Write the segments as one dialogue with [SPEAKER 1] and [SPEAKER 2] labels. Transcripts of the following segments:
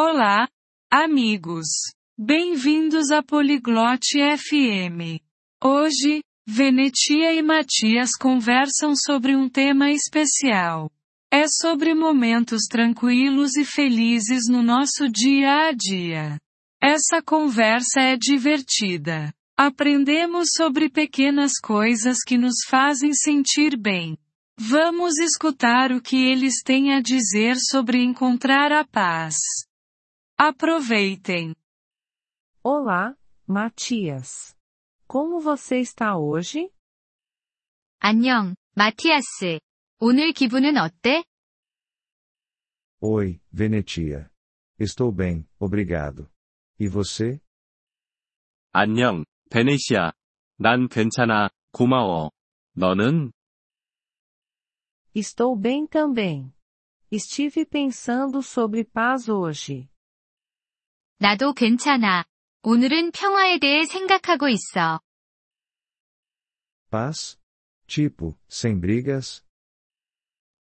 [SPEAKER 1] Olá, amigos. Bem-vindos a Poliglote FM. Hoje, Venetia e Matias conversam sobre um tema especial. É sobre momentos tranquilos e felizes no nosso dia a dia. Essa conversa é divertida. Aprendemos sobre pequenas coisas que nos fazem sentir bem. Vamos escutar o que eles têm a dizer sobre encontrar a paz. Aproveitem.
[SPEAKER 2] Olá, Matias. Como você está hoje?
[SPEAKER 3] 안녕, 마티아스. 오늘 기분은 어때?
[SPEAKER 4] Oi, Venetia. Estou bem, obrigado. E você?
[SPEAKER 5] 안녕, 베네시아. 난 괜찮아, 고마워. 너는?
[SPEAKER 2] Estou bem também. Estive pensando sobre paz hoje.
[SPEAKER 3] 나도 괜찮아. 오늘은 평화에 대해 생각하고 있어.
[SPEAKER 4] Paz? Tipo, sem brigas?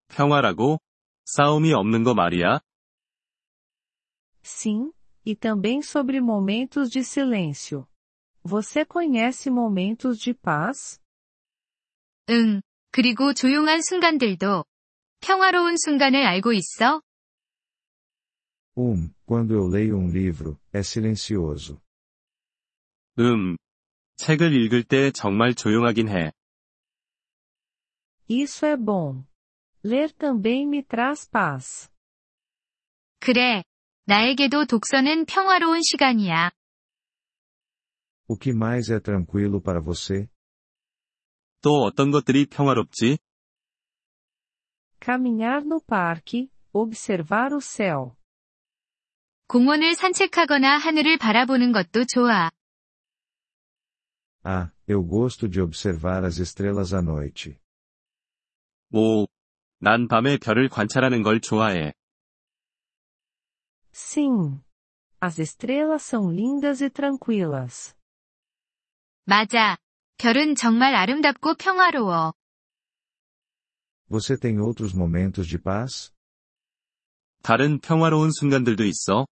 [SPEAKER 5] 평화라고? 싸움이 없는 거 말이야?
[SPEAKER 2] Sim, e também sobre momentos de silêncio. Você conhece momentos de paz?
[SPEAKER 3] 응. 그리고 조용한 순간들도. 평화로운 순간을 알고 있어?
[SPEAKER 4] Um, quando eu leio um livro, é silencioso.
[SPEAKER 5] 음. 책을 읽을 때 정말 조용하긴 해.
[SPEAKER 2] Isso é bom. Ler também me traz paz.
[SPEAKER 3] 그래. 나에게도 독서는 평화로운 시간이야.
[SPEAKER 4] O que mais é tranquilo para você?
[SPEAKER 5] 또 어떤 것들이 평화롭지?
[SPEAKER 2] Caminhar no parque, observar o céu.
[SPEAKER 3] 공원을 산책하거나 하늘을 바라보는 것도 좋아.
[SPEAKER 4] Ah, eu gosto de observar as estrelas à noite.
[SPEAKER 5] 오. 난 밤에 별을 관찰하는 걸 좋아해.
[SPEAKER 2] Sim. As estrelas são lindas e tranquilas.
[SPEAKER 3] 맞아. 별은 정말 아름답고 평화로워.
[SPEAKER 4] Você tem outros momentos de paz?
[SPEAKER 5] 다른 평화로운 순간들도 있어?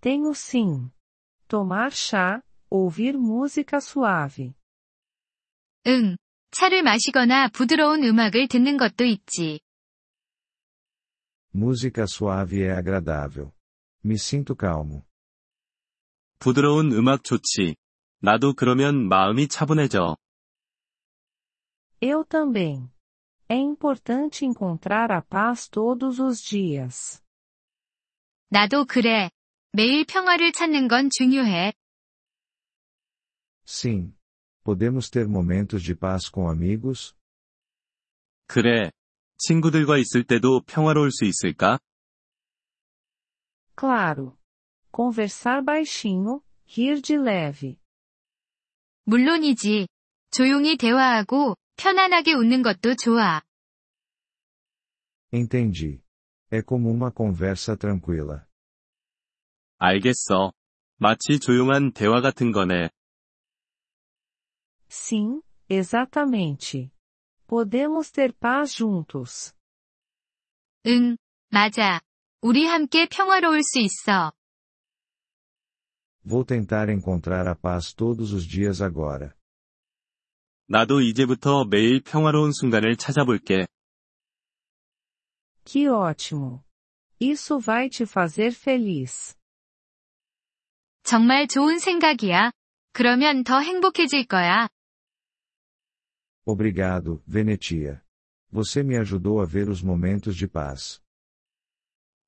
[SPEAKER 2] Tenho sim. Tomar chá, ouvir música suave.
[SPEAKER 3] 응. 차를 마시거나 부드러운 음악을 듣는 것도 있지.
[SPEAKER 4] Música suave é agradável. Me sinto calmo.
[SPEAKER 5] 부드러운 음악 좋지. 나도 그러면 마음이 차분해져.
[SPEAKER 2] Eu também. É importante encontrar a paz todos os dias.
[SPEAKER 3] 나도 그래. 매일 평화를 찾는 건 중요해.
[SPEAKER 4] Sim. Podemos ter momentos de paz com amigos?
[SPEAKER 5] 그래. 친구들과 있을 때도 평화로울 수 있을까?
[SPEAKER 2] Claro. Conversar baixinho, rir de leve.
[SPEAKER 3] 물론이지. 조용히 대화하고 편안하게 웃는 것도 좋아.
[SPEAKER 4] Entendi. É como uma conversa tranquila.
[SPEAKER 5] 알겠어. 마치 조용한 대화 같은 거네.
[SPEAKER 2] Sim, exatamente. Podemos ter paz juntos.
[SPEAKER 3] 응, 맞아. 우리 함께 평화로울 수 있어.
[SPEAKER 4] Vou tentar encontrar a paz todos os dias agora.
[SPEAKER 5] 나도 이제부터 매일 평화로운 순간을 찾아볼게.
[SPEAKER 2] Que ótimo! Isso vai te fazer feliz.
[SPEAKER 3] 정말 좋은 생각이야. 그러면 더 행복해질 거야.
[SPEAKER 4] Obrigado, Venetia. Você me ajudou a ver os momentos de paz.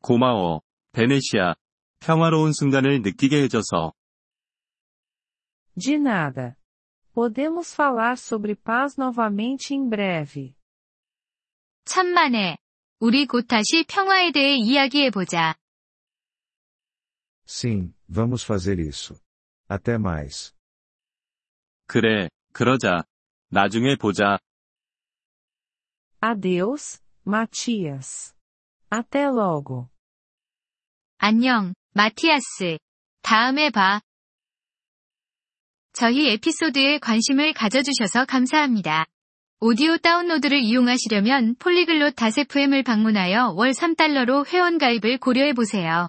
[SPEAKER 5] 고마워, 베네시아. 평화로운 순간을 느끼게 해줘서.
[SPEAKER 2] De nada. Podemos falar sobre paz novamente em breve.
[SPEAKER 3] 천만에. 우리 곧 다시 평화에 대해 이야기해보자.
[SPEAKER 4] Sim, vamos fazer isso. Até mais.
[SPEAKER 5] 그래, 그러자. 나중에 보자.
[SPEAKER 2] Adeus, Matias. Até logo.
[SPEAKER 3] 안녕, 마티아스. 다음에 봐. 저희 에피소드에 관심을 가져주셔서 감사합니다. 오디오 다운로드를 이용하시려면 폴리글롯 다세프엠을 방문하여 월 3달러로 회원가입을 고려해보세요.